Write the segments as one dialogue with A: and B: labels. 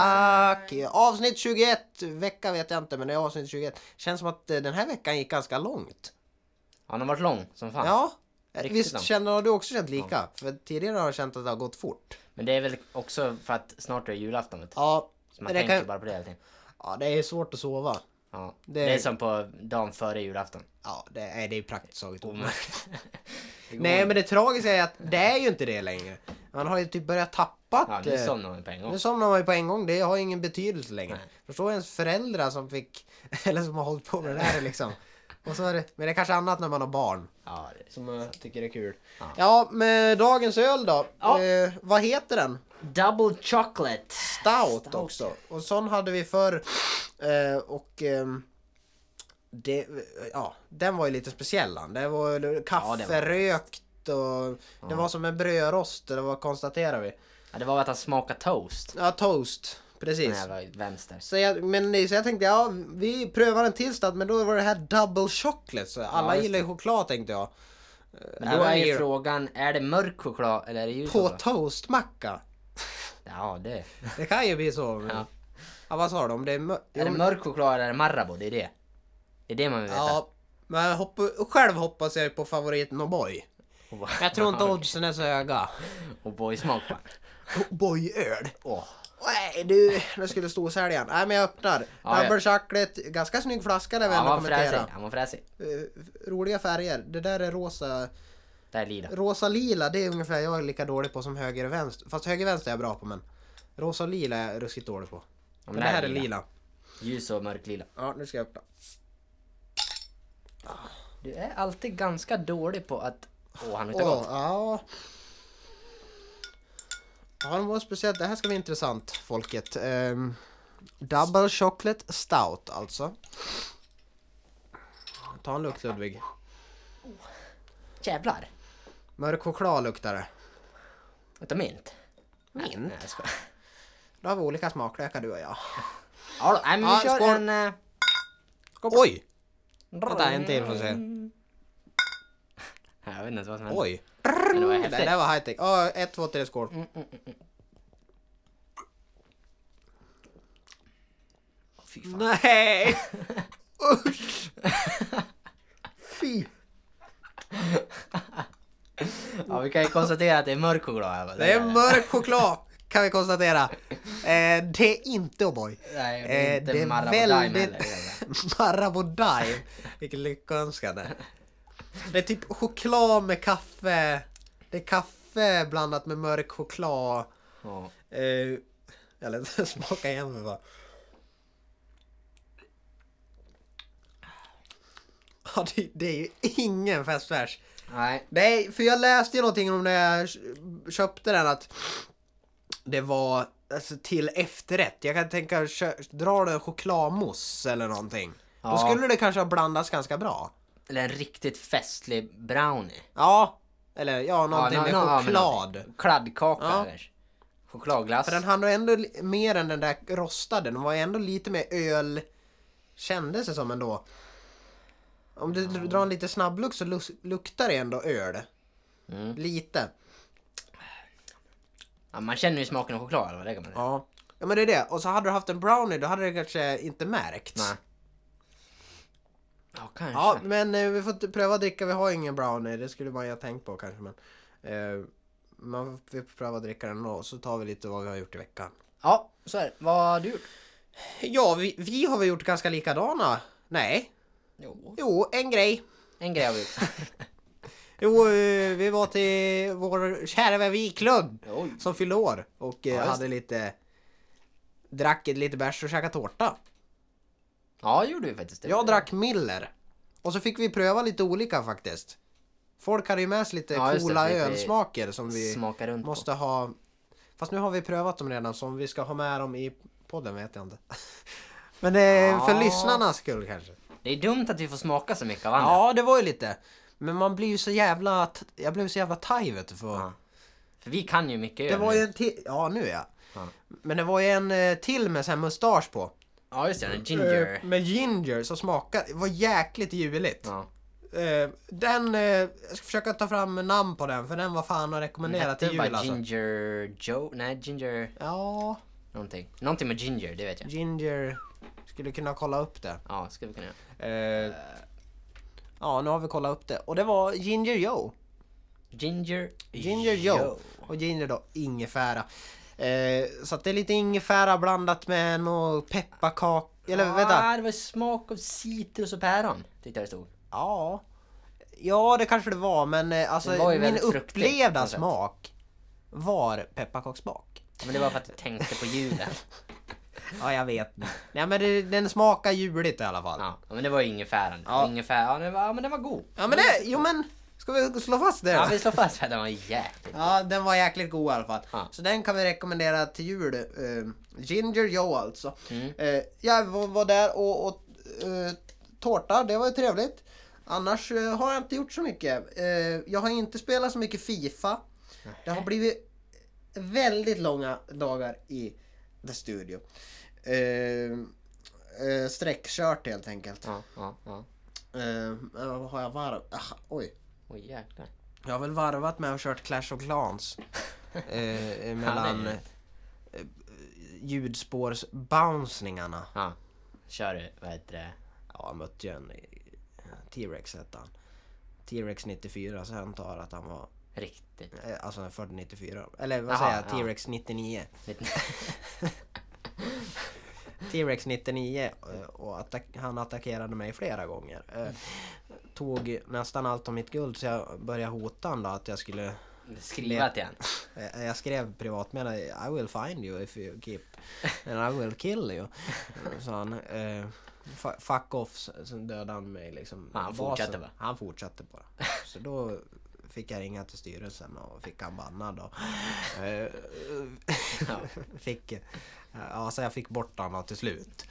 A: Tack! Avsnitt 21! Vecka vet jag inte, men det är avsnitt 21. Känns som att eh, den här veckan gick ganska långt.
B: Han har varit lång som fan.
A: Ja,
B: Riktigt
A: visst
B: långt.
A: känner har du också känt lika? För tidigare har jag känt att det har gått fort.
B: Men det är väl också för att snart är det julafton vet du.
A: Ja,
B: Så man
A: men det,
B: tänker
A: kan,
B: bara på det hela tiden.
A: ja, det är svårt att sova.
B: Ja.
A: Det
B: Det...
A: är-
B: är som på dagen före julafton.
A: Ja, det är, det är ju praktiskt taget
B: Oh
A: omöjligt.
B: Det går
A: Nej,
B: inte.
A: men det tragiska är att det är ju inte det längre. Man har ju typ börjat tappat...
B: Ja,
A: eh,
B: nu somnar man på en gång.
A: Nu somnar man ju på en gång, det har ingen betydelse längre.
B: Nej.
A: Förstå ens föräldrar som fick, eller som har hållit på med det där liksom. Och så är det, men det är kanske annat när man har barn.
B: Ja, det...
A: Som jag tycker är kul. Ja,
B: Ja.
A: men dagens öl då.
B: Ja.
A: Eh, vad heter den?
B: Double chocolate!
A: Stout,
B: Stout.
A: också. Och sån hade vi förr. Eh, och ehm, det, ja, den var ju lite speciell. den. Det var ju kafferökt och det var som en brödrost, det var konstaterar vi.
B: Ja, det var att han smakade toast.
A: Ja, toast. Precis.
B: Den här vänster.
A: Så jag, men, så jag tänkte, ja vi prövar en till stout men då var det här double chocolate. Så alla
B: just
A: gillar ju choklad tänkte jag. Eh,
B: Men då
A: Även
B: är ju
A: i-
B: frågan, är det mörk choklad eller är det ljus
A: På
B: choklad?
A: toastmacka.
B: Ja, det...
A: Det kan ju bli så. Men... Mm. Ja.
B: Ja.
A: vad sa du? Om det är, mör-
B: Är det mörk choklad eller är det Marabou? Det är det. Det är det man vill veta.
A: Ja, men jag hoppa- själv hoppas jag på favoriten O'boy.
B: Och,
A: Jag tror inte oddsen är så höga.
B: och boysmak bara.
A: O'boy-öl?
B: Åh.
A: Nej du, nu skulle stå så här igen. Nej men jag öppnar.
B: Ja, ja.
A: Double chocolate, ganska snygg flaska där vi
B: Han
A: ändå
B: var fräsig.
A: kommenterar.
B: Han var fräsig.
A: Eh, Roliga färger. Det där är rosa.
B: Det är lila.
A: Rosa lila, det är ungefär jag är lika dålig på som höger och vänster. Fast höger och vänster är jag bra på men rosa och lila är jag ruskigt dålig på.
B: Ja,
A: Men det här är lila.
B: Ljus och mörk lila.
A: Ja, nu ska jag öppna.
B: Du är alltid ganska dålig på att... Åh, han luktar
A: Åh,
B: gott.
A: ja. Ja, det var speciellt. Det här ska bli intressant, folket. Ehm, double chocolate stout, alltså. Ta en lukt, Ludvig.
B: Jävlar!
A: Mörk choklad luktar det.
B: Luktar mint.
A: Mint?
B: Nej, jag skojar.
A: Då har vi olika smaklökar, du och jag.
B: Ja, då, nej, men
A: Ja,
B: vi kör
A: skål.
B: en... eh,
A: Oj! Vänta, en till får vi se.
B: Jag vet inte ens vad som hände.
A: Oj!
B: Men det var
A: Det
B: häftigt. Mm,
A: där var high tech. Ja, ett, två, tre, skål.
B: Fy fan.
A: Nej! Usch! Fy!
B: Ja, vi kan ju konstatera att det är mörk choklad här. va?
A: Det är mörk choklad kan vi konstatera. Eh, det är inte O'boy.
B: Nej, det är
A: Eh, det
B: inte
A: är
B: Marabou
A: väldigt-
B: Dime heller. det är det.
A: Marabou Dime. Vilken lyckönskande. Det är typ choklad med kaffe. Det är kaffe blandat med mörk choklad.
B: Ja.
A: Eh, jag lät det smaka igen mig bara. Ja, det, det är ju ingen festfärs.
B: Nej.
A: Nej, för jag läste ju någonting om när jag kö- köpte den att det var alltså, till efterrätt. Jag kan tänka, kö- drar du en chokladmousse eller någonting. Då
B: Ja.
A: skulle det kanske ha blandats ganska bra.
B: Eller en riktigt festlig brownie.
A: Ja, eller ja, någonting
B: nå-
A: med
B: nå- ja, men
A: choklad.
B: någonting. Kladdkaka
A: Ja.
B: eller chokladglass.
A: För den hade ändå li- mer än den där rostade, den var ju ändå lite mer öl kändes det som ändå. Om du dr- drar en lite snabblukt så lus- luktar det ändå öl.
B: Mm.
A: Lite.
B: Ja, man känner ju smaken av choklad eller vad det kan man säga.
A: Ja. ja men det är det. Och så hade du haft en brownie då hade det kanske inte märkts.
B: Nej. Ja, kanske.
A: Ja men eh, vi får t- pröva att dricka, vi har ingen brownie. Det skulle man ju ha tänkt på kanske men. Eh, man får pröva att dricka den då så tar vi lite vad vi har gjort i veckan.
B: Ja, så är det. Vad har du gjort?
A: Ja vi, vi har väl gjort ganska likadana? Nej.
B: Jo.
A: Jo, en grej.
B: En grej har vi gjort.
A: Jo, eh, vi var till vår kära vän Wiklund
B: Oj.
A: som fyllde år och eh,
B: Ja, just
A: hade lite drack lite bärs och käkade tårta.
B: Ja, det gjorde vi faktiskt. Det var-
A: Jag drack Miller och så fick vi pröva lite olika faktiskt. Folk hade ju med sig lite
B: Ja, just det,
A: coola
B: så vi-
A: ölsmaker som vi
B: Smaka runt
A: måste ha. Fast nu har vi prövat dem redan så om vi ska ha med dem i podden vet jag inte. Men eh, för
B: Ja.
A: lyssnarnas skull kanske.
B: på. Det är dumt att vi får smaka så mycket av andra.
A: Ja, det var ju lite. Men man blir ju så jävla... t- Jag blev så jävla taj vet du, för
B: Ja. För vi kan ju mycket
A: Det
B: öl
A: var
B: nu.
A: ju en till, ja nu ja.
B: Ja.
A: Men det var ju en eh, till med sån här mustasch på.
B: Ja, just det. En ginger.
A: Eh, Med ginger som smakade, det var jäkligt juligt.
B: Ja.
A: Eh, Den, eh, jag ska försöka ta fram namn på den för den var fan att rekommendera till
B: Hette
A: jul
B: bara
A: alltså.
B: Ginger Joe? Nej, Ginger...
A: Ja,
B: Någonting. Någonting med ginger, det vet jag.
A: Ginger skulle kunna kolla upp det.
B: Ja, skulle vi kunna göra.
A: Eh, ja, nu har vi kollat upp det. Och det var Ginger Joe.
B: Ginger
A: Ginger Joe. Och ginger då, ingefära. Eh, så att det är lite ingefära blandat med någon pepparkaka... Eller vänta.
B: Ah, det var smak av citrus och päron. Tyckte jag det stod.
A: Ja. Ja, det kanske det var, men eh, alltså
B: Det var ju
A: min
B: väldigt fruktigt på
A: upplevda
B: något sätt.
A: smak var pepparkakssmak.
B: Men det var för att jag tänkte på julen.
A: Ja, jag vet. Nej, men det, den smakar juligt i alla fall. Ja,
B: Ja, men det var ju ingefäran.
A: Ja.
B: Ingefära, ja, det var, ja, men den var god.
A: men det... Jo, men... Ska vi slå fast det?
B: Ja, vi slår fast att den var jäkligt god.
A: Ja, den var jäkligt god i alla fall.
B: Ja.
A: Så den kan vi rekommendera till jul. eh, Ginger Joe alltså.
B: Mm.
A: Eh, jag var, var där och åt eh, tårta, det var ju trevligt. Annars eh, har jag inte gjort så mycket. Eh, jag har inte spelat så mycket Fifa. Det har blivit väldigt långa dagar i The Studio. Eh, eh, sträckkört helt enkelt.
B: Ja, ja, ja.
A: Eh, eh, vad har jag varv? Ah, oj.
B: Oj jäklar.
A: Jag har väl varvat med och kört Clash of Clans. eh, mellan
B: Ja,
A: eh, ljudspårsbouncningarna.
B: Ja. Kör du, vad heter det?
A: Ja, jag mötte ju en eh, T-Rex hette han. T-Rex 94 så jag antar att han var,
B: Riktigt.
A: eh, alltså han är född 94. Eller vad
B: Jaha,
A: säger jag,
B: ja.
A: T-Rex 99.
B: Lite-
A: T-Rex 99 eh, och attack- han attackerade mig flera gånger.
B: Mm.
A: Eh, Tog nästan allt av mitt guld så jag började hota honom då att jag skulle
B: Skriva till han.
A: Eh, Jag skrev privatmeddelande I will find you if you keep and I will kill you. Så han eh, fa- fuck off, så- sen dödade han mig liksom.
B: Ja, han
A: Basen-
B: fortsatte bara.
A: Han fortsatte bara. Så då fick jag ringa till styrelsen och fick han bannad då. Eh, fick, eh, ja, så jag fick bort honom till slut.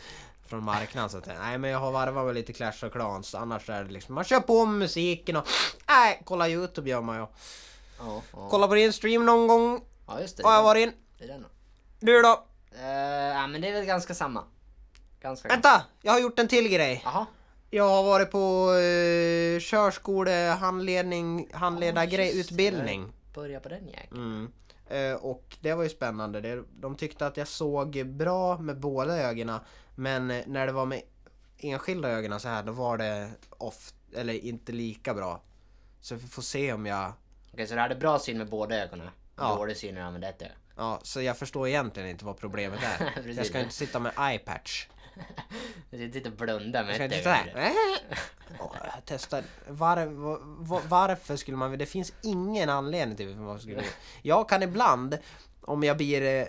A: Från marknaden så att jag, nej men jag har varvat med lite Clash of Clans annars är det liksom man kör på med musiken och nej kolla Youtube gör man ju.
B: Ja, ja.
A: Kolla på din stream någon gång
B: ja just det.
A: har jag varit in.
B: Det är den då.
A: Du då?
B: Eh, ja, men det är väl ganska samma. Ganska
A: Vänta! Jag har gjort en till grej.
B: Jaha.
A: Jag har varit på eh, körskolehandledning, handledargrej, utbildning.
B: Börja på den
A: Mm.
B: jäkeln.
A: Eh, och det var ju spännande. Det, de tyckte att jag såg bra med båda ögonen. Men eh, när det var med enskilda ögonen så här, då var det off, eller inte lika bra. Så vi får se om jag...
B: Okej, så du hade bra syn med båda ögonen?
A: Ja.
B: Dålig syn när du använde ett öga?
A: Ja, så jag förstår egentligen inte vad problemet är.
B: Precis.
A: jag ska inte sitta med eyepatch.
B: Du sitter inte och blundar med
A: Kan
B: ett
A: inte
B: öga.
A: sådär. Åh, Testa. Var, var, varför skulle man... Det finns ingen anledning till varför man skulle... Jag kan ibland, om jag blir... eh,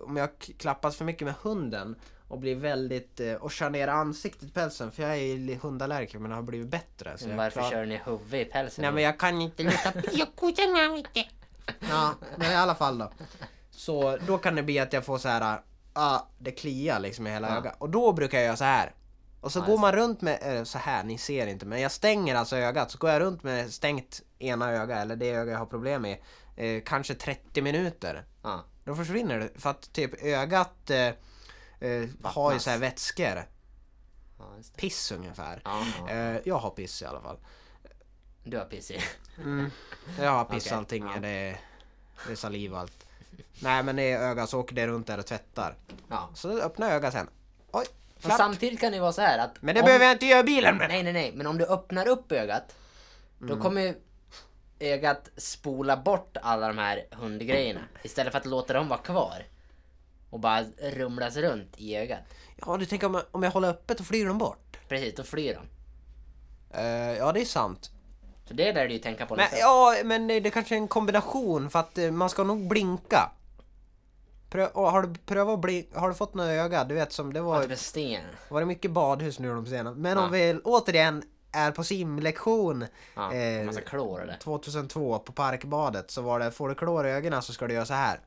A: Om jag k- klappas för mycket med hunden och blir väldigt... eh, Och kör ner ansiktet i pälsen, för jag är ju li- hundallergiker men har blivit bättre. Så
B: Men
A: jag
B: Varför
A: klarar-
B: kör ni huvudet i pälsen?
A: Nej men jag kan inte lita på... Jag godkänner mig inte. Ja, men i alla fall då. Så då kan det bli att jag får så här... ah, det kliar liksom i hela
B: Ja.
A: ögat. Och då brukar jag göra så här. Och så
B: Ja,
A: går
B: just
A: man runt med, eh, så här, ni ser inte, men jag stänger alltså ögat. Så går jag runt med stängt ena öga, eller det öga jag har problem med, eh, kanske 30 minuter.
B: Ja.
A: Då försvinner det. För att typ ögat eh, eh, har ju så här vätskor.
B: Ja, just det.
A: Piss ungefär.
B: Ja, ja.
A: Eh, jag har piss i alla fall.
B: Du har piss i.
A: Mm. Jag har piss
B: Okej,
A: allting.
B: ja.
A: Det, är, det är saliv och allt. Nej men det är öga så åker det runt där och tvättar.
B: Ja.
A: Så öppnar jag ögat sen. Oj,
B: Men
A: klart.
B: samtidigt kan det ju vara så här att...
A: Men det
B: om-
A: behöver jag inte göra i bilen med.
B: Nej, nej, nej. Men om du öppnar upp ögat,
A: Mm.
B: då kommer ju ögat spola bort alla de här hundgrejerna. Istället för att låta dem vara kvar. Och bara rumlas runt i ögat.
A: Ja du tänker om jag, om jag håller öppet och flyr dem bort?
B: Precis, då flyr de.
A: Eh, ja det är sant.
B: Så det är där du ju tänka på. liksom.
A: Men,
B: lite.
A: ja men det det kanske är en kombination för att eh, man ska nog blinka. Prö- och har, du prövat att blin- har du fått något öga? Du vet som det
B: Att det
A: var,
B: blir sten.
A: var det mycket badhus nu de senaste. Men
B: Ja.
A: om vi återigen är på simlektion.
B: Ja,
A: Eh,
B: massa klor eller?
A: 2002 på Parkbadet så var det, får du klor i ögonen så ska du göra så här.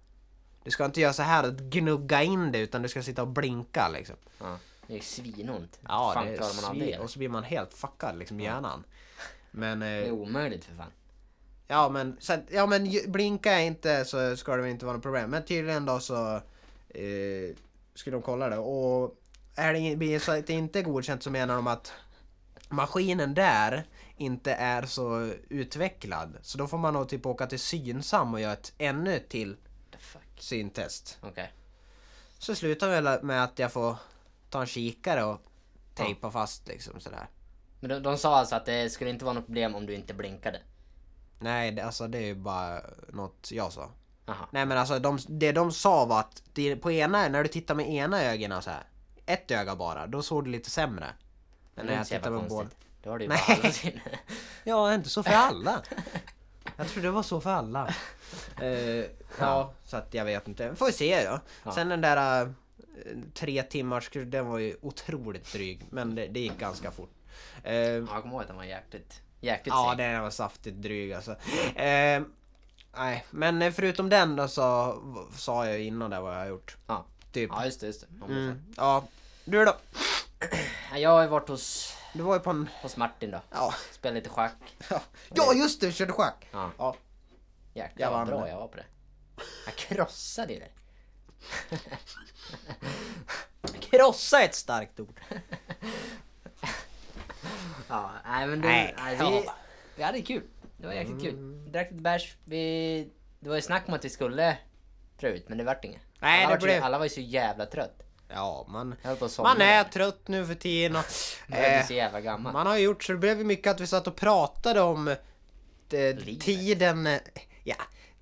A: Du ska inte göra så här och gnugga in det utan du ska sitta och blinka liksom.
B: Ja, det är ju svinont.
A: Ja,
B: fan
A: det är
B: klarar man av
A: svin-
B: det?
A: Och så blir man helt fuckad liksom hjärnan. Men,
B: Det är
A: eh,
B: omöjligt för fan.
A: ja men, så, att- ja men ju- blinka är inte så ska det väl inte vara något problem. Men tydligen då så eh, skulle de kolla det och är det, in- blir det så att det inte är godkänt så menar de att maskinen där inte är så utvecklad. Så då får man nog typ åka till Synsam och göra ett ännu ett till
B: The fuck.
A: syntest.
B: Okej.
A: Så slutar väl med att jag får ta en kikare och tejpa fast liksom sådär.
B: Men de, de sa alltså att det skulle inte vara något problem om du inte blinkade.
A: Nej, det, alltså det är ju bara något jag sa.
B: Aha.
A: Nej men alltså de, det de sa var att det, på ena, när du tittar med ena ögonen så här, ett öga bara, då såg du lite sämre. Men när
B: det är
A: jag
B: inte så jävla
A: tittar med båda.
B: konstigt. Då har du ju
A: Nej.
B: bara alla sinnen.
A: Ja, inte så för alla. Jag tror det var så för alla. Eh, ja, så att jag vet inte. Får vi se då.
B: Ja.
A: Sen den där eh, tre timmars kursen, den var ju otroligt dryg. Men det, det gick ganska fort. Eh,
B: Ja, Jag kommer ihåg att den var jäkligt, jäkligt
A: Ja,
B: seg.
A: den var saftigt dryg alltså. Eh, nej, men eh, förutom den då så v- sa jag ju innan där vad jag har gjort.
B: Ja.
A: Typ.
B: ja, just det. Just det. Om du
A: Mm, ja. Du då?
B: sa. Jag har ju varit hos,
A: Du var ju på en...
B: hos Martin då.
A: Ja,
B: Spelat lite schack.
A: ja just det, körde schack!
B: Ja.
A: Ja.
B: Jäklar
A: Jag
B: vad
A: vann
B: bra
A: det.
B: jag var på det. Jag krossade ju det.
A: Krossa är ett starkt ord.
B: Ja, nej men det,
A: Nej, Mm.
B: nej, vi,
A: ja.
B: vi hade kul. Det var jäkligt kul. Drack lite bärs. Vi, det var ju snack om att vi skulle dra ut men det vart inget.
A: Nej,
B: alla,
A: det
B: vart ju-
A: blev-
B: alla var ju så jävla trött.
A: Ja, man...
B: Jag höll på att somna.
A: Man är trött nu för tiden och...
B: Man är
A: Eh,
B: så jävla gammal.
A: man har ju gjort så det blev ju mycket att vi satt och pratade om eh,
B: Livet.
A: tiden... eh, Ja,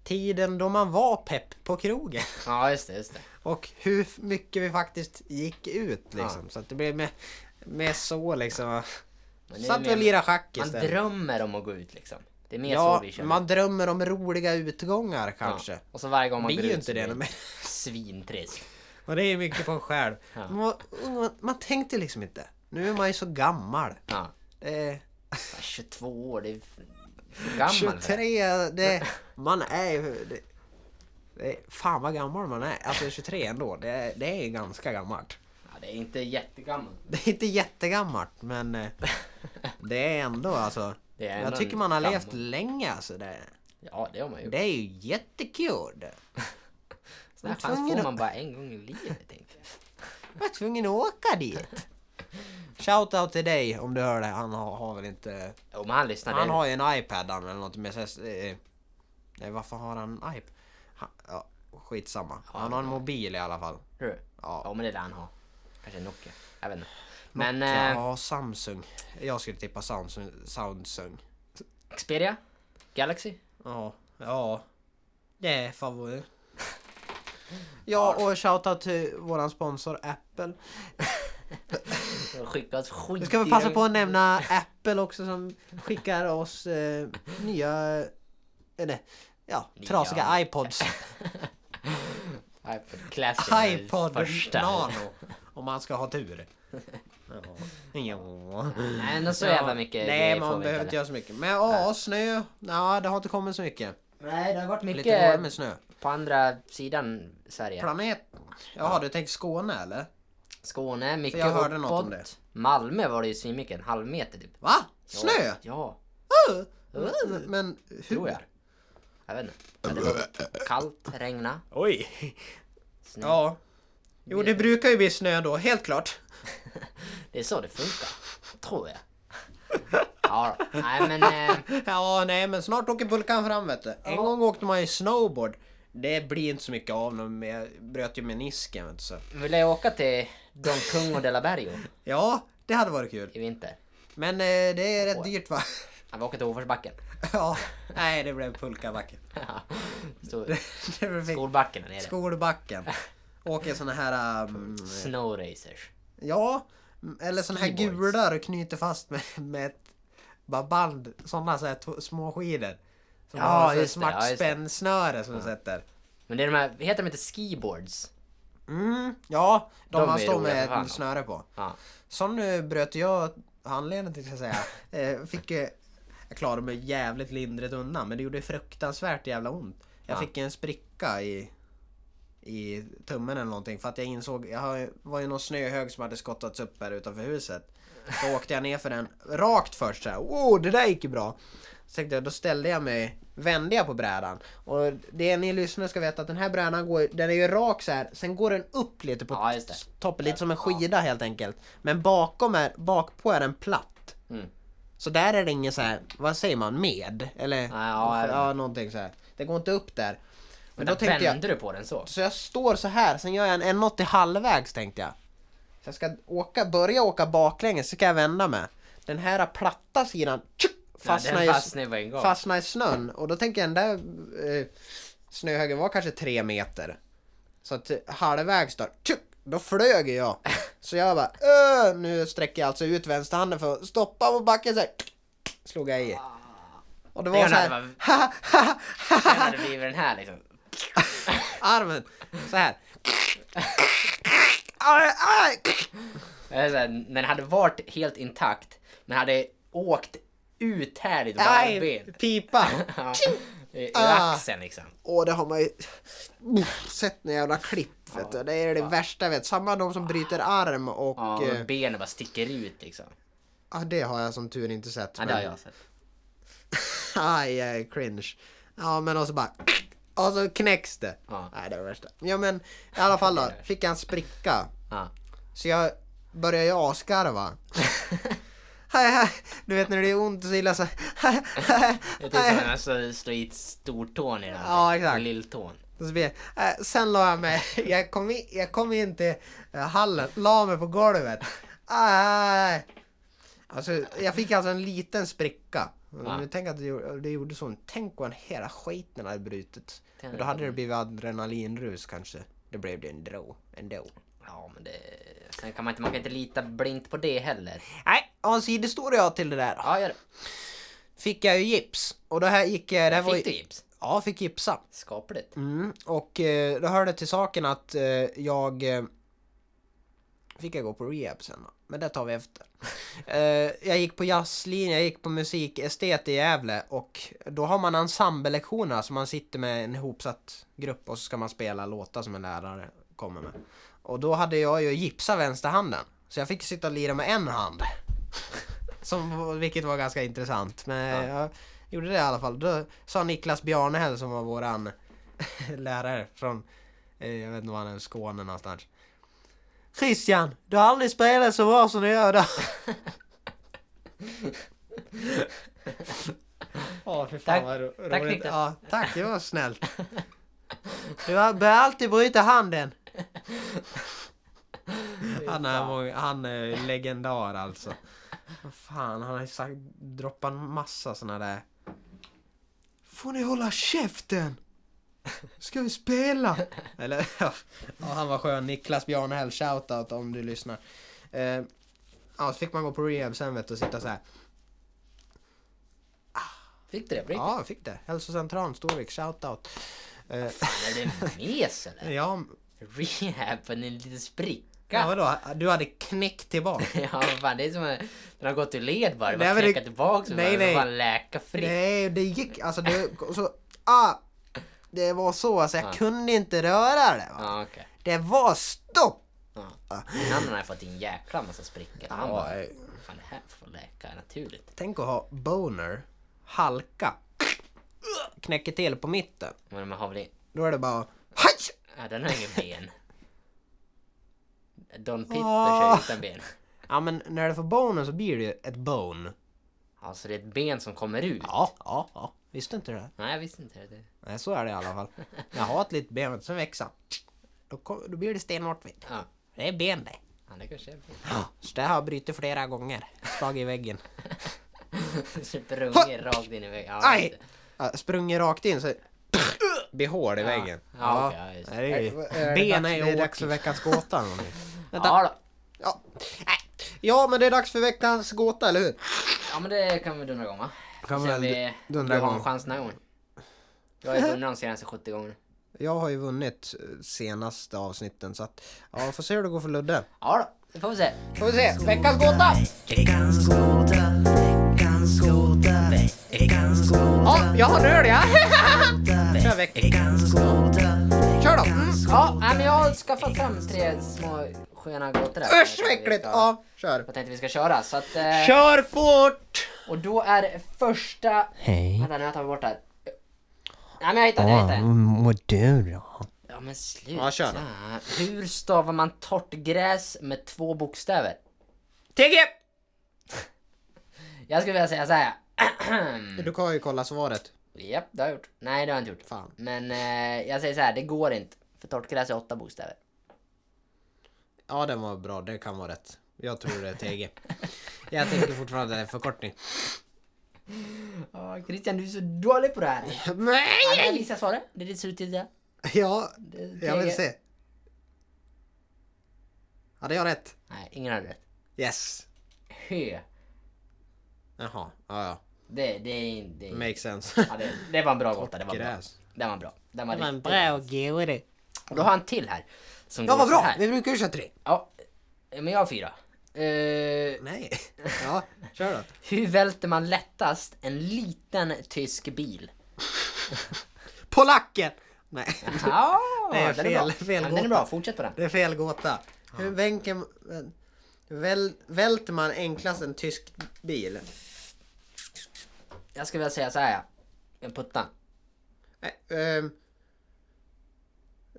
A: tiden då man var pepp på krogen.
B: Ja just det, just det.
A: Och hur f- mycket vi faktiskt gick ut liksom. Så att det blev med, med så liksom.
B: Men det är
A: Satt vi
B: mer-
A: och lirade schack
B: Man
A: istället.
B: drömmer om att gå ut liksom. Det är mer så
A: Ja,
B: vi kör.
A: man drömmer om roliga utgångar
B: Ja.
A: kanske.
B: Och så varje gång man
A: Blir
B: går
A: ju
B: ut
A: inte
B: så
A: det
B: blir
A: något mer.
B: Svintrist.
A: Och det är mycket på en själv.
B: Ja.
A: Man, man, man tänkte liksom inte. Nu är man ju så gammal.
B: Ja.
A: Eh,
B: Fan, 22 år, det är f- för gammal. för
A: 23,
B: det.
A: det, man är ju... Det, det, fan vad gammal man är. Alltså 23 ändå, det, är- det är ju ganska gammalt.
B: Ja, det är inte jättegammalt.
A: Det är inte jättegammalt men eh, det är ändå alltså.
B: Det är
A: Jag
B: ändå
A: tycker
B: en
A: man har
B: gammal.
A: levt länge alltså. Det,
B: Ja det har man ju.
A: det är ju jättekul.
B: Den här
A: man
B: chansen
A: tvungen
B: får
A: att-
B: man bara en gång i livet tänkte jag.
A: Jag var tvungen att åka dit. Shoutout till dig om du hör det. Han har, har väl inte...
B: Jo men han lyssnar.
A: Han
B: det-
A: har ju en iPad han eller något med sig... eh, Nej varför har han en iPad? Han, ja, skitsamma. Han har en mobil i alla fall.
B: Tror du?
A: Ja.
B: Ja men det är det han har. Kanske Nokia. Jag vet inte. Men eh,
A: Ja, Samsung. Jag skulle tippa Samsung. Samsung.
B: Xperia? Galaxy?
A: Ja, ja. Det är favorit. Ja, och shoutout till våran sponsor Apple.
B: Skicka oss skit.
A: Nu ska vi passa på att nämna Apple också som skickar oss eh, nya... Eller, ja,
B: Nya.
A: trasiga iPods.
B: iPod Classic.
A: iPod
B: första.
A: Nano. Om man ska ha tur. Ja. Ja.
B: Nej men så jävla mycket grejer
A: Nej,
B: får vi
A: man
B: inte,
A: behöver
B: eller?
A: inte göra så mycket. Men ja, snö. Ja, det har inte kommit så mycket.
B: Nej det har varit
A: Lite
B: mycket
A: dåligt med snö.
B: på andra sidan Sverige.
A: Planet... Jaha, du tänker Skåne eller?
B: Skåne, mycket
A: jag hörde något om
B: uppåt. Malmö var det ju svinmycket, en halv meter typ.
A: Va?
B: Ja.
A: Snö?
B: Ja,
A: Uh, Men, men
B: tror jag.
A: hur?
B: Jag vet inte. Men det var kallt, regna,
A: Oj.
B: snö.
A: Ja. Jo, det brukar ju bli snö då, helt klart.
B: Det är så det funkar. Tror jag. Ja, då. nej men... Eh,
A: Ja, nej men snart åker pulkan fram vet du. En gång åkte man ju snowboard. Det blir inte så mycket av nu, men jag bröt ju menisken vet du. Så.
B: vill jag åka till Don Kung och De La Bergo
A: Ja, det hade varit kul.
B: i vinter?
A: Men eh, det är rätt dyrt va?
B: Jag vill åka till Hoforsbacken.
A: ja, nej det blev pulkabacken.
B: Så,
A: Det blev fint.
B: skolbacken där nere.
A: Skolbacken. Åker såna här... Um,
B: Snow racers.
A: ja, eller såna här
B: Skiboards.
A: gula du knyter fast med, med ett bara band. Såna så här tw- små skidor. Som
B: Ja,
A: har så här
B: just det, ja,
A: svart
B: just det.
A: spännsnöre som du sätter.
B: Men det är de här, heter de inte skiboards?
A: Mm, ja, de,
B: De
A: man
B: är
A: står
B: roliga för
A: med
B: fan.
A: ett snöre på.
B: Ja.
A: Sån nu bröt jag handleden tänkte jag säga. Eh, Fick, eh, jag klarade mig jävligt lindrigt undan men det gjorde fruktansvärt jävla ont. Jag
B: Ja.
A: fick en spricka i, i tummen eller någonting för att jag insåg, jag har- var ju någon snöhög som hade skottats upp här utanför huset. Då åkte jag ner för den rakt först såhär, wow det där gick ju bra. Så tänkte jag, då ställde jag mig, vände jag på brädan. Och det ni lyssnare ska veta att den här brädan går, den är ju rak så här. sen går den upp lite på
B: Ja, just det.
A: toppen, lite som en skida helt enkelt. Men bakom är, bakpå är den platt.
B: Mm.
A: Så där är det ingen så här, vad säger man, med? Eller
B: ja, jag vet
A: ja, någonting så här. Det går inte upp där. Men
B: Men
A: då
B: då
A: tänkte jag-
B: vände du på den så?
A: Så jag står så här, sen gör jag en 180 halvvägs tänkte jag. Så jag ska åka, börja åka baklänges, så ska jag vända mig. Den här platta sidan tjuk,
B: Nej,
A: fastnar,
B: den
A: i,
B: fastnade på en gång.
A: fastnar i snön. Och då tänker jag den där eh, snöhögen var kanske tre meter. Så att eh, halvvägs då, tjuk, då flög jag. Så jag bara öh, nu sträcker jag alltså ut vänsterhanden för att stoppa på backen så här. Tjuk, slog jag i. Och det var
B: Det
A: så
B: hade
A: här,
B: Den hade blivit den här liksom.
A: armen så här. Aj, aj.
B: Eller så här, När den hade varit helt intakt, men hade åkt ut här i ditt
A: Aj,
B: ben.
A: pipa!
B: Ja, I, i
A: Ah.
B: axeln liksom.
A: Åh, det har man ju sett när jävla klipp vet du. Det är det värsta jag vet. Samma de som bryter arm och...
B: Ja, och
A: eh,
B: benen bara sticker ut liksom.
A: Ja, det har jag som tur inte sett.
B: Ja, det har jag sett.
A: Aj, aj, cringe. Ja, men och så bara... Och så knäcks det.
B: Ja.
A: Nej, det var det värsta. Ja, men i alla fall då. Fick jag en spricka.
B: Ja.
A: Så jag började ju asgarva. Hej, hej. Du vet när det är ont så illa så... Hej, hej,
B: Det är typ
A: hej.
B: som när man slår i stortån i den.
A: Ja, exakt.
B: Lilltån.
A: Och så blev, jag- eh, sen la jag mig, jag kom in, jag kom in till eh, hallen, la mig på golvet. Aj. Alltså, jag fick alltså en liten spricka.
B: Ja.
A: Nu tänk att det gjorde, det gjorde så ont. Tänk vad hela skiten hade brutit. Men då hade det blivit adrenalinrus kanske. Det blev det ändå. ändå.
B: Ja, men det... Sen kan man inte, man kan inte lita blint på det heller.
A: Nej, och en sidohistoria till det där.
B: Ja, gör det.
A: Fick jag ju gips. Och det här gick jag... Det här var
B: Fick du
A: ju,
B: gips?
A: ja, fick gipsa.
B: Skapligt.
A: Mm, och eh, då hörde till saken att eh, jag eh, fick jag gå på rehab sen då. Men det tar vi efter. Eh, jag gick på jazzlinje, jag gick på musikestet i Gävle och då har man ensemblelektioner, alltså man sitter med en ihopsatt grupp och så ska man spela låtar som en lärare kommer med. Och då hade jag ju gipsa vänsterhanden, så jag fick sitta och lira med en hand. Som, vilket var ganska intressant, men jag gjorde det i alla fall. Då sa Niklas Bjarnehäll som var våran lärare från, eh, jag vet inte var han är, Skåne någonstans. Christian, du har aldrig spelat så bra som du gör idag. Åh, fy
B: Tack.
A: vad ro- roligt.
B: Tack, Niklas.
A: ja, tack, det var snällt. Du har- börjar alltid bryta handen. Han är, många- han är legendar alltså. Vad Fan, han har ju sagt, droppat en massa såna där... Får ni hålla käften? Ska vi spela? Eller, ja, Ja, han var skön. Niklas Bjarnehäll, shoutout om du lyssnar. Eh, ja, så fick man gå på rehab sen vet du och sitta så här.
B: Fick du det? Blint?
A: Ja, jag fick det. Hälsocentralen, Storvik, shoutout. Eh,
B: Fan, är du mes eller?
A: ja,
B: Rehab för en liten
A: ja,
B: spricka.
A: vadå? Du hade knäckt tillbaka.
B: Ja, vad fan, det är som att den har gått ur led bara. Den
A: Nej,
B: har
A: men det-
B: knäckat tillbaks och
A: nej,
B: bara-
A: nej.
B: bara läka fritt.
A: Nej, det gick alltså. Det, så, ah, det var så alltså. Jag kunde inte röra det. Va?
B: Ja, okej.
A: Det var stopp!
B: Ja. Min andra har fått in jäkla massa sprickor. Han
A: Ah. Ja,
B: bara,
A: nej.
B: fan det här får läka naturligt.
A: Tänk att ha boner, halka, knäcker till på mitten.
B: Men man har väl in...
A: Då är det bara haj!
B: Ja, den har inget ben. Don Pitter
A: Ah.
B: kör utan ben.
A: Ja men när du får boner så blir det ju ett bone.
B: Ja, så det är ett ben som kommer ut?
A: Ja, ja, ja. Visste inte du det?
B: Nej, jag visste inte det.
A: Nej, så är det i alla fall. Jag har ett litet ben som växer. Då, kom, då blir det stenhårt vet du.
B: Ja,
A: Det är ben det.
B: ja det kanske är ben.
A: Så det har jag brutit flera gånger. Slagit i väggen.
B: Sprungit rakt in i väggen. Ja,
A: Aj!
B: just det.
A: Ja, sprungit rakt in så... Blir hål i väggen.
B: Ja, okej, ja, just det.
A: det är ju-
C: är det
A: Ben
C: dags-
A: är ju
C: det är
A: åt.
C: dags
A: för veckans gåta. hörni. Vänta.
B: Ja, då.
A: Ja. Äh. ja, men det är dags för veckans gåta, eller hur?
B: ja, men det kan vi dundra igång va?
A: Kan
B: Sen
A: väl
B: vi,
A: dundra
B: du har
A: igång.
B: en chans den här gången. Jag har ju dundrat de senaste 70 gångerna.
A: Jag har ju vunnit eh, senaste avsnitten, så att... Ja, får se hur det går för Ludde.
B: Ja då, det får vi se.
A: Får vi se. Veckans gåta!
C: Veckans gåta, veckans gåta, veckans gåta,
A: Ja, jag har en öl, ja. Kör veck.
C: veckans gåta.
A: Kör då. Mm.
B: Ja, nej, men jag har skaffat fram tre små sköna gåtor här.
A: Usch vad äckligt!
B: Ja.
A: Ja, Eh. kör.
B: Jag tänkte vi ska köra så att... Eh,
A: Kör fort!
B: och då är första...
A: Hej.
B: Vänta nu har jag tagit bort det här. Nej men jag hittade, jag hittade. en.
A: mår du då?
B: Ja men sluta.
A: Ja, kör då.
B: Hur stavar man torrt gräs med två bokstäver?
A: TG!
B: Jag skulle vilja säga så här.
A: Du kan ju kolla svaret.
B: Japp, det har jag gjort. Nej, det har jag inte gjort.
A: Fan.
B: Men eh, jag säger så här, det går inte. För torkgräs är åtta bokstäver.
A: Ja, den var bra. Det kan vara rätt. Jag tror det är TG. Jag tänker fortfarande att det är en förkortning.
B: Ja, Christian, du är så dålig på det här. Nej! Jag
A: Nej!
B: gissar svaret. Det är ditt slutgiltiga.
A: Ja,
B: Det är
A: jag vill
B: TG.
A: se. Hade jag rätt?
B: Nej, ingen hade rätt.
A: Yes.
B: Hö.
A: Jaha, ja ja.
B: Det, det är inte... Det,
A: Makes sense.
B: ja, det, det var en bra gåta. Det var bra.
A: Gräs.
B: Den var bra. Den var riktigt
A: gode.
B: Och då har han till här. Som
A: Ja,
B: går
A: vad
B: så
A: bra!
B: här.
A: Vi brukar ju köra tre.
B: Ja, men jag har fyra. Eh,
A: Nej. Ja, kör då.
B: hur välter man lättast en liten tysk bil?
A: Polacken! Nej,
B: Ja,
A: Det är
B: den är bra.
A: fel- fel
B: ja, men den är
A: gåta.
B: bra, fortsätt på den.
A: det är fel gåta. Hur vänker, väl, välter man enklast en tysk bil?
B: Jag skulle vilja säga så här. ja. En putta.
A: Nej, ehm,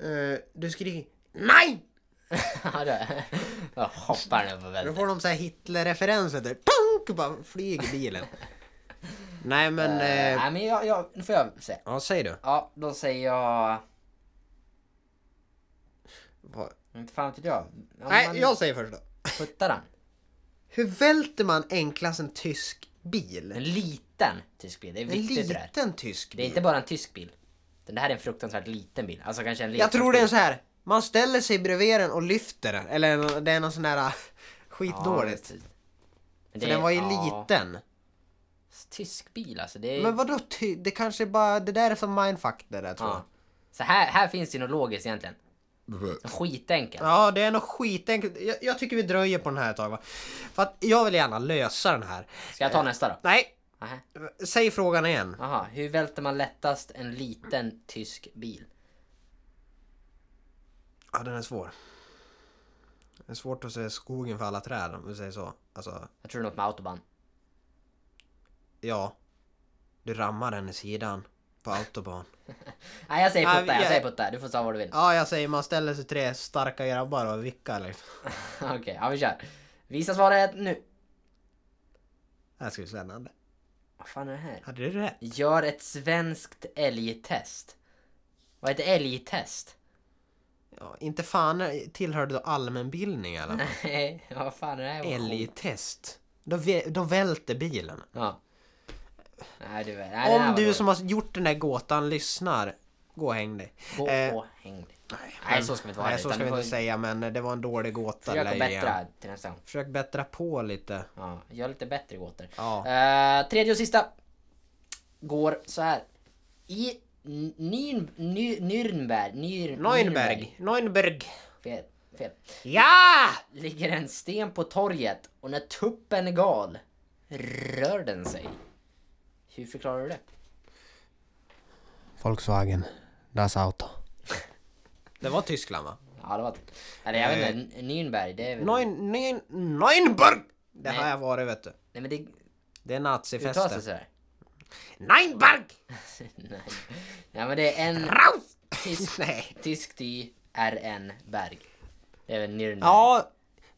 A: eh, du skriker NEJ!
B: Ja, det- jag hoppar nu på
A: Då
B: väldigt.
A: får de så här Hitler-referenser. där. Punk! och Bara flyger bilen. Nej men... eh,
B: Nej, men jag, jag, nu får jag se.
A: ja, säg du.
B: Ja, då säger jag...
A: Vad-
B: Inte fan vet jag. Om man
A: Nej, jag säger först då.
B: Puttar den.
A: Hur välter man enklast en tysk bil?
B: En liten tysk bil. Det är
A: En
B: viktigt det där.
A: liten tysk
B: Det är
A: bil.
B: inte bara en tysk bil. Den här är en fruktansvärt liten bil. Alltså kanske en liten
A: Jag tror det är så här. Man ställer sig bredvid den och lyfter den. Eller nå- det är någon sån här äh, skitdåligt.
B: Men
A: För den var ju liten.
B: Tysk bil alltså. Det är...
A: Men vadå ty- Det kanske är bara... Det där är som mindfuck det där tror jag.
B: ja. Så här, här finns det ju något logiskt egentligen. Skitenkelt.
A: Ja, det är nog skitenkelt. Jag, jag tycker vi dröjer på den här ett tag va? För att jag vill gärna lösa den här.
B: Ska jag ta nästa då?
A: Nej!
B: Nähä.
A: Säg frågan igen.
B: Aha, hur välter man lättast en liten tysk bil?
A: Ja, den är svår. Det är svårt att se skogen för alla träd om vi säger så. Alltså,
B: Jag tror det är något med autobahn.
A: ja. Du rammar den i sidan på autobahn.
B: Nej jag säger
A: Ja,
B: putta, jag
A: jag-
B: säger putta. Du får säga vad du vill.
A: Ja, jag säger man ställer sig tre starka grabbar och vickar liksom.
B: Okej, ja vi kör. Visa svaret nu.
A: Det här ska bli spännande.
B: Vad fan är det här?
A: Hade du rätt?
B: Gör ett svenskt älgtest. Vad är ett älgtest?
A: Ja, inte fan tillhör du allmänbildning eller?
B: Nej, vad fan är det här?
A: Älgtest. Då, vä- då välter bilen.
B: Ja. Nej, du, nej, den här
A: Om
B: var
A: du
B: dålig.
A: som har gjort den där gåtan lyssnar, gå och häng dig.
B: Gå
A: Eh,
B: och häng dig.
A: nej,
B: nej, så ska vi inte vara
A: Nej,
B: här,
A: så
B: utan
A: ska vi
B: du får
A: inte
B: ju-
A: säga men det var en dålig gåta.
B: Försök att
A: eller igen.
B: bättra till nästa gång.
A: Försök bättra på lite.
B: Ja, gör lite bättre gåtor.
A: Ja.
B: Eh, tredje och sista. Går så här. I N- Nyn, Ny, Nürnberg, Nyr,
A: Neunberg. Neunberg.
B: Fel, fel.
A: Ja!
B: Ligger en sten på torget och när tuppen är gal rör den sig. Hur förklarar du det?
A: Volkswagen. Das Auto. Det var Tyskland va?
B: Ja, det var typ- Eller jag vet
A: Eh,
B: inte, N- Nürnberg det är väl...
A: Neun, neun, Neunberg! Det
B: Nej.
A: har jag varit vet du.
B: Nej men
A: Det
B: det
A: är
B: uttalas det
A: nazifesten.
B: sådär?
A: Neunberg!
B: Nej. Nej men det är en
A: Raus!
B: tysk,
A: Nej.
B: tyskt i RN Berg. Det är väl Nürnberg?
A: Ja,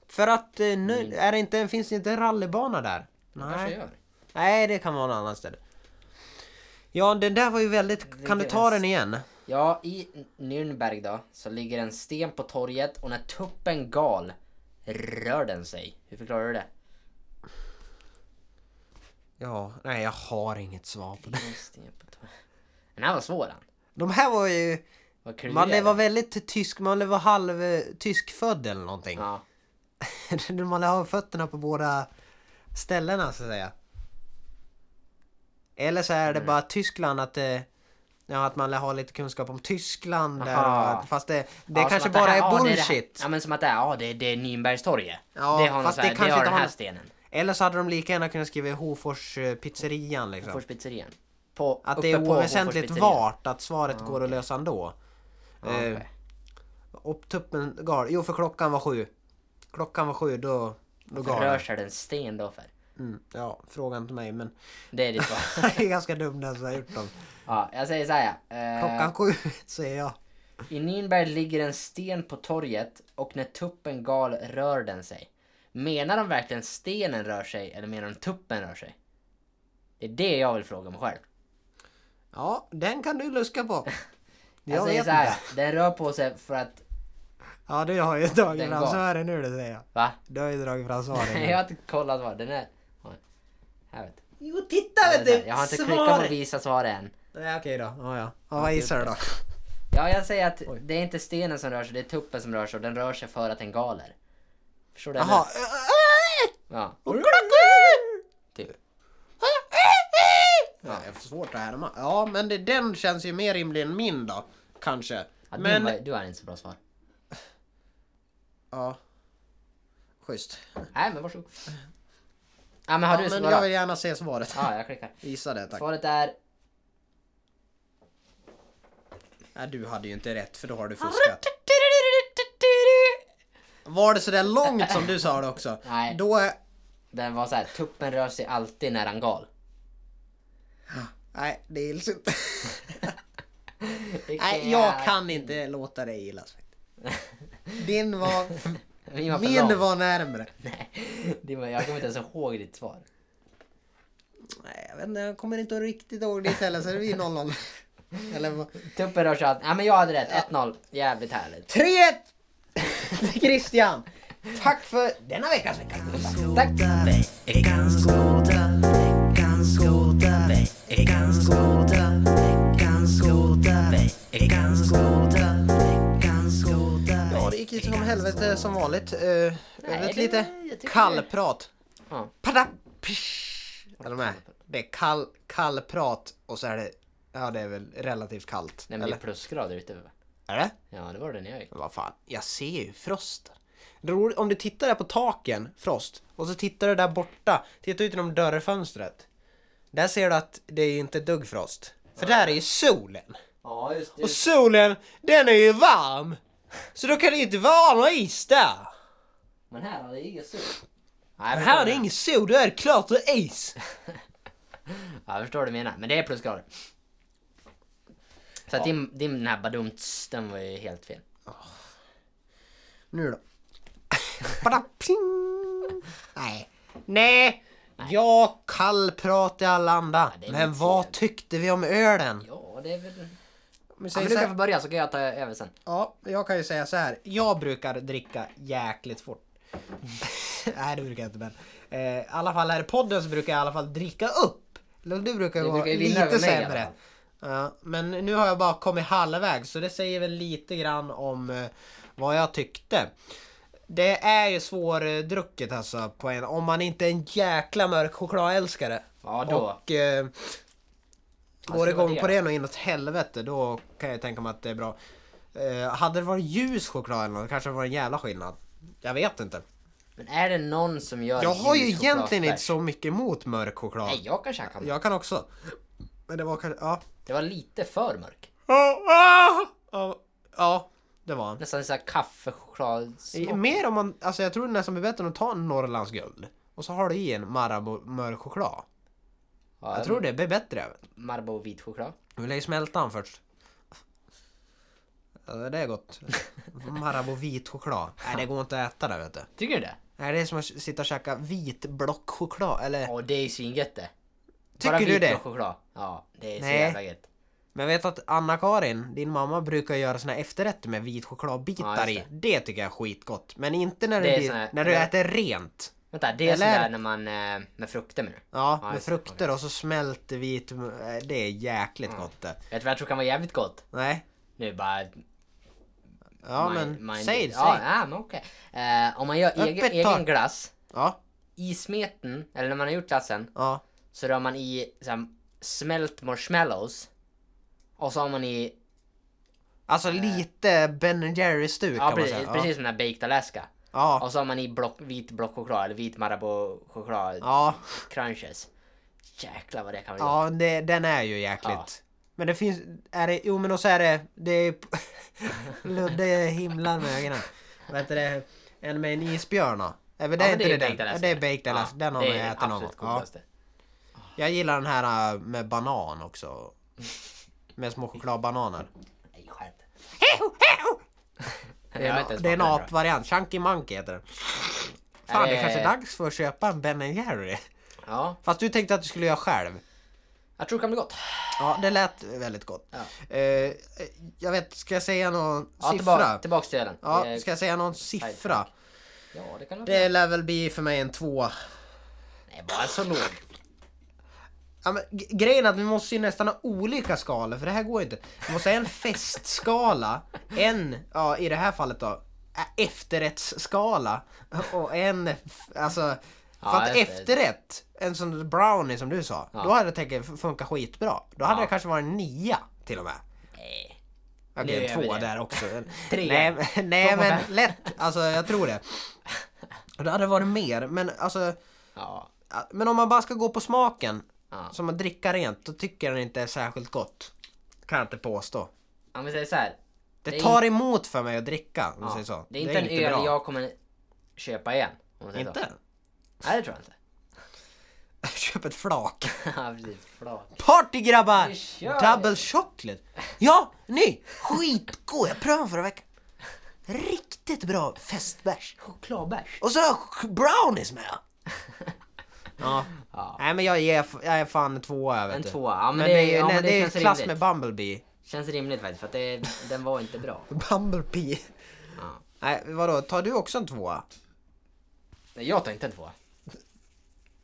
A: för att eh, nu är det inte, finns det inte en rallybana där.
B: Mm. Kanske
A: Nej.
B: gör.
A: Nej, det kan vara någon annanstans. Ja, den där var ju väldigt... Kan du ta den igen?
B: Ja, i Nürnberg då så ligger en sten på torget och när tuppen gal rör den sig. Hur förklarar du det?
A: Ja, nej jag har inget svar på det.
B: En sten på torget. Den här var svår han.
A: De här var ju...
B: Vad klurig
A: Man
B: jag är.
A: var väldigt tysk, man var halv eh, tyskfödd eller någonting.
B: Ja.
A: man har fötterna på båda ställena så att säga. Eller så är det
B: Mm.
A: bara Tyskland att det... Ja, att man har lite kunskap om Tyskland där
B: Aha.
A: och att- Fast det, det
B: Ja, som
A: kanske
B: att det
A: bara
B: här- ja,
A: är
B: det det här-
A: bullshit.
B: Ja men som att det är, ja det, det är Nürnbergstorget.
A: Ja,
B: det har någon
A: fast
B: så här,
A: det
B: det,
A: kanske
B: har
A: inte
B: den
A: har
B: här
A: någon-
B: stenen.
A: Eller så hade de lika gärna kunnat skriva Hofors eh, pizzerian liksom.
B: Hofors pizzerian. På,
A: Att
B: uppe
A: det är
B: på Hofors
A: oväsentligt
B: pizzerian.
A: vart, att svaret går att lösa ändå.
B: Ja,
A: Eh,
B: okej.
A: Och tuppen gal. Jo, för klockan var sju. Klockan var sju, då, då gal
B: Rör
A: den.
B: sig den sten då för?
A: mm, Ja, frågan till mig men...
B: Det är ditt svar.
A: Jag är ganska dum den som har gjort dem.
B: ja, jag säger så här. eh,
A: Klockan sju, säger jag.
B: I Nürnberg ligger en sten på torget och när tuppen gal rör den sig. Menar de verkligen stenen rör sig eller menar de tuppen rör sig? Det är det jag vill fråga mig själv.
A: Ja, den kan du luska på. Jag
B: Jag säger
A: vet
B: så här,
A: inte.
B: den rör på sig för att...
A: Ja, du har ju dragit
B: Den
A: fram
B: gav.
A: svaren nu det säger jag.
B: Va?
A: Du har ju dragit fram svaren
B: Nej, jag
A: nu.
B: har inte kollat vad den är. Här vet du.
A: Jo, titta
B: Ja, det är där. Jag har inte klickat på visa svar än.
A: Nej, okej då. Ja, ja. ja vad gissar du då?
B: Ja, jag säger att det är inte stenen som rör sig, det är tuppen som rör sig och den rör sig för att den galer. Förstår du?
A: Jaha.
B: Ja. Typ.
A: Ja, jag får svårt att härma. Ja, men det, den känns ju mer rimlig än min då. Kanske.
B: Ja,
A: men...
B: du, var, du har inte så bra svar.
A: Ja. Schysst.
B: Nej, men varsågod. Ja, men har du
A: ja, men
B: svarat?
A: jag vill gärna se svaret.
B: Ja, jag klickar.
A: Gissa det tack.
B: Svaret är...
A: Nej, du hade ju inte rätt för då har du fuskat. Var det sådär långt som du sa det också?
B: Nej.
A: Då... är-
B: Den var så här, tuppen rör sig alltid när han gal.
A: Nej, det gills inte. Nej, jag kan inte låta dig gillas. Din var...
B: Min var för
A: Min
B: lång.
A: var närmre.
B: Nej, det var, jag kommer inte ens ihåg ditt svar.
A: Nej, jag vet inte, jag kommer inte riktigt ihåg ditt heller så det blir 0-0. Eller vad?
B: Tuppen rör sig alltid. Ja, men jag hade rätt. 1-0. Jävligt härligt.
A: 3-1 till Christian! Tack för denna veckas vecka.
B: Tack.
C: Veckans gåta, veckans gåta, veckans gåta, veckans gåta, veckans gåta, veckans gåta.
A: Ja, det gick ju som helvete som vanligt. Eh, över ett
B: det-
A: lite
B: jag tycker det-
A: kallprat.
B: Ja.
A: Pada, pish. Är du med? Det är kall, kallprat och så är det... Ja, det är väl relativt kallt.
B: Nej, men det är
A: eller?
B: plusgrader ute. va?
A: Är det?
B: Ja, det var den jag gick.
A: Men vad fan, jag ser ju frosten. Roligt, om du tittar där på taken, frost, och så tittar du där borta, titta ut genom dörrfönstret. Där ser du att det är inte ett dugg frost. För där är ju solen.
B: Ja, just det.
A: Och solen, den är ju varm! Så då kan det ju inte vara någon is där.
B: Men här hade jag ingen sol. Nej,
A: Men
B: jag
A: här är
B: förstår
A: det ingen sol, då är det klart det är is.
B: Ja, jag förstår vad du menar. Men det är plusgrader. Så att din, din den här badumts, den var ju helt fel.
A: Nu då. Bara pling. Nej. Nej! Ja, kallprat i alla andra.
B: det är
A: Men
B: mitt
A: vad
B: fel.
A: tyckte vi om ölen?
B: Ja, det är väl...
A: Men
B: Ja,
A: säg
B: men
A: så
B: du
A: här-
B: kan få börja så kan jag ta över sen.
A: Ja, jag kan ju säga så här. Jag brukar dricka jäkligt fort. Nej, det brukar jag inte men. Eh, I alla fall här i podden så brukar jag i alla fall dricka upp. Eller Du brukar ju
B: Du
A: vara
B: brukar ju vinna
A: lite
B: över mig i alla
A: sämre.
B: fall.
A: Ja, men nu har jag bara kommit halvvägs så det säger väl lite grann om eh, vad jag tyckte. Det är ju svårdrucket alltså på en, om man inte är en jäkla mörk chokladälskare.
B: Ja, då.
A: Och eh,
B: ska
A: går
B: Alltså, det
A: igång
B: vara
A: på
B: det?
A: det något inåt helvete då kan jag tänka mig att det är bra. Eh, hade det varit ljus choklad eller något kanske det var en jävla skillnad. Jag vet inte.
B: Men är det någon som gör
A: Jag har ju
B: ljus
A: egentligen
B: chokladfärs?
A: inte så mycket emot mörk choklad.
B: Nej, jag kan käka mörk.
A: Jag kan också. Men det var kanske, ja.
B: Det var lite för mörk.
A: Ja, ah! Ja, ja, det var han.
B: Nästan såhär kaffechokladsmak.
A: Mer om man, alltså jag tror det nästan blir bättre än att ta en Norrlands guld. Och så har du i en Marabou mörk choklad.
B: Ja,
A: Jag tror det blir bättre.
B: Marabou vit choklad.
A: Du vill ju smälta den först. Ja, det är gott. Marabou vit choklad. Nej, det går inte att äta det vet du.
B: Tycker du det?
A: Nej, det är som att sitta och käka vit blockchoklad. Eller,
B: Ja, det är ju svingött det.
A: tycker du
B: vit
A: det?
B: och choklad. Ja, det är så
A: Nej.
B: jävla gött.
A: Men jag vet att Anna-Karin, din mamma, brukar göra såna här efterrätter med vit chokladbitar
B: Ja,
A: i.
B: just
A: Det tycker jag är skitgott. Men inte när,
B: Det
A: det
B: är
A: blir,
B: såna här-
A: när du
B: eller-
A: äter rent.
B: Vänta, det är
A: Eller-
B: sådär när man... eh, Med frukter menar du?
A: Ja,
B: Ja,
A: med
B: just det.
A: frukter och så smälter vit... eh, Det är jäkligt gott det.
B: Vet du vad jag tror kan vara jävligt gott?
A: Nej.
B: Nu bara...
A: Ja,
B: mind-
A: men
B: mind-
A: säg det.
B: Ja,
A: säg.
B: ja, men okej. Eh, om man gör egen,
A: Öppet tak.
B: egen glass,
A: Ja,
B: i smeten, eller när man har gjort glassen,
A: ja.
B: så rör man i så här, smält marshmallows. Och så har man i...
A: Alltså lite Ben Jerry-stuk
B: Eh. Ja,
A: kan man
B: precis,
A: säga. Ja.
B: precis Alltså, som den här baked Alaska.
A: Ja.
B: Och så har man i block, vit blockchoklad, eller vit Marabou-choklad,
A: Ja,
B: crunches. Jäklar vad det kan vara gott.
A: ja det, den är ju jäkligt.
B: Ja.
A: Men det finns, är det, jo men och så är det, det är, Ludde himlar med ögonen. Vad heter det, en med en isbjörn då? Är väl det
B: Ja, men
A: inte det,
B: är
A: den?
B: baked
A: Ja,
B: Alaska.
A: det är baked
B: Ja,
A: Alaska, den har
B: det
A: man
B: är
A: ju
B: det
A: ätit någon gång.
B: absolut
A: Ja.
B: godaste.
A: Jag gillar den här äh, med banan också. Med små chokladbananer.
B: Nej, skärp dig.
A: Det
B: Jag har
A: är,
B: inte ens
A: det är en
B: smakat den, tror
A: apvariant, Chunky Monkey heter den. Fan det
B: Eh.
A: kanske är dags för att köpa en Ben Jerry.
B: jag. Ja,
A: Fast du tänkte att du skulle göra själv.
B: jag tror det kan bli gott.
A: Ja, det lät väldigt gott.
B: Ja.
A: Eh, jag vet, ska jag säga någon
B: Ja,
A: siffra?
B: tillbaka, tillbaka till den.
A: Ja,
B: Eh,
A: ska jag säga någon siffra?
B: ja, det kan vara
A: Det
B: bra.
A: lär väl bli för mig en tvåa.
B: Nej, bara så låg.
A: Ja, men, g- grejen är att vi måste ju nästan ha olika skalor för det här går ju inte. Vi måste ha en festskala, en, ja i det här fallet då, ä- efterrättsskala och en, f- alltså.
B: Ja,
A: för att
B: just det.
A: efterrätt, en sån brownie som du sa,
B: Ja.
A: då hade det tänkt funka skitbra. Då hade
B: Ja.
A: det kanske varit en nia till och med.
B: Nej. Nu
A: Okej,
B: gör
A: en
B: vi
A: tvåa
B: det.
A: där också. En-
B: Tre.
A: Nej, men- nej
B: Två på
A: men
B: fem.
A: lätt, alltså jag tror det. Och Det hade varit mer, men alltså
B: Ja.
A: Ja, Men om man bara ska gå på smaken,
B: Ja.
A: som man dricker rent, då tycker jag den inte är särskilt gott. Kan jag inte påstå.
B: Om vi säger så här.
A: Det,
B: Det är
A: tar emot för mig att dricka, om
B: Ja.
A: du säger så.
B: Det är inte en öl
A: bra.
B: jag kommer köpa igen. Om vi säger Så.
A: Inte?
B: Nej, det tror jag inte. Alltså.
A: Köp ett flak.
B: Ja, precis. Flak.
A: Party grabbar!
B: Vi kör!
A: Double chocolate! Ja, ny! Skitgod! Jag prövade förra veckan. Riktigt bra festbärs.
B: Chokladbärs.
A: Och så har jag ch- brownies med! Ja.
B: Ja.
A: Nej men jag ger, f- jag är fan en tvåa jag vet
B: En
A: du.
B: tvåa. Ja, men,
A: Men
B: det,
A: det är,
B: ja,
A: nej,
B: men det,
A: det är
B: känns
A: klass
B: rimligt.
A: med Bumblebee.
B: Känns rimligt faktiskt, för att det, den var inte bra.
A: Bumblebee.
B: Ja.
A: Nej, vadå, tar du också en tvåa?
B: Nej, jag tar inte en tvåa.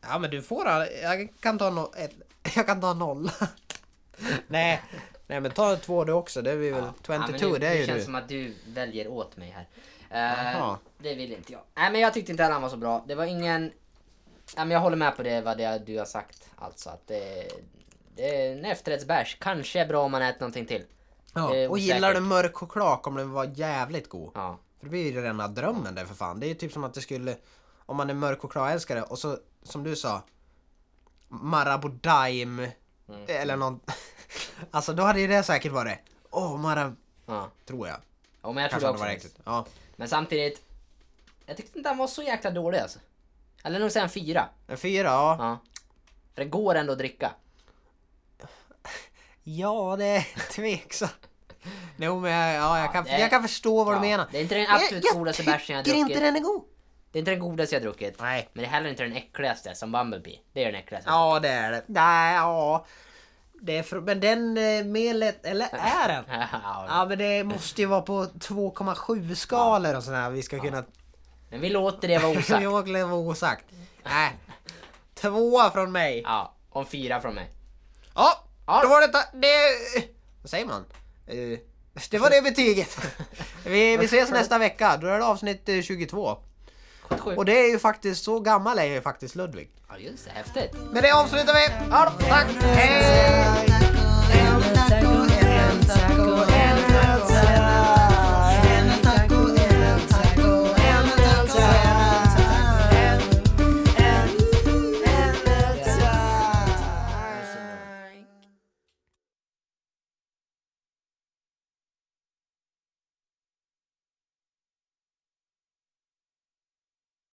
A: Ja men du får all- jag kan ta no, ett, jag kan ta en nolla. Nej, nej men ta en två du också, det är vi väl, 22
B: men
A: det är ju
B: Det känns
A: du.
B: som att du väljer åt mig här.
A: Jaha.
B: Eh, det vill inte jag. Nej men jag tyckte inte heller han var så bra. Det var ingen... Nej men jag håller med på det vad det, du har sagt. Alltså att det... Det är en efterrättsbärs. Kanske är bra om man äter någonting till. det
A: Ja.
B: är
A: Och gillar du
B: osäkert.
A: mörk choklad kommer den vara jävligt god.
B: Ja.
A: För det blir ju rena drömmen där för fan. Det är ju typ som att det skulle, om man är mörk chokladälskare och så som du sa, Marabou Daim
B: Mm.
A: eller någon. Alltså då hade ju det säkert varit, åh Marabou,
B: Ja.
A: tror jag.
B: ja men jag
A: Kanske
B: tror det
A: hade
B: också.
A: varit äckligt. Ja.
B: Men samtidigt. Jag tyckte inte han var så jäkla dålig alltså. Eller nog säga en fyra.
A: En fyra, ja.
B: Ja. För det går ändå att dricka.
A: Ja, det är tveksamt. Jo, men jag, ja, jag, kan,
B: det-
A: jag kan förstå vad
B: ja,
A: du menar.
B: det är inte den
A: Jag-
B: absolut godaste bärsen jag har
A: tycker inte
B: druckit.
A: den är god.
B: Det är inte den godaste jag druckit.
A: Nej.
B: Men det är heller inte den äckligaste som Bumblebee. Det är den äckligaste.
A: Ja, det är det. Nej, ja. Det är för, men den eh, mer lätt, eller är den?
B: Ja,
A: Ja, men det måste ju vara på 2,7 skalor och sådär. Vi ska kunna...
B: Men vi låter det vara osagt.
A: Jag glömmer vad osagt. Nej. Tvåa från mig.
B: Ja, om fyra från mig.
A: Ja,
B: Ja.
A: då var det... ta- det vad säger man? Eh, Det var det betyget. Vi, vi ses nästa vecka. Då är det avsnitt eh, 22.
B: 77.
A: Och det är ju faktiskt, så gammal är ju faktiskt Ludvig.
B: Ja just det, häftigt.
A: Men det avslutar vi! Ja, tack! Hej!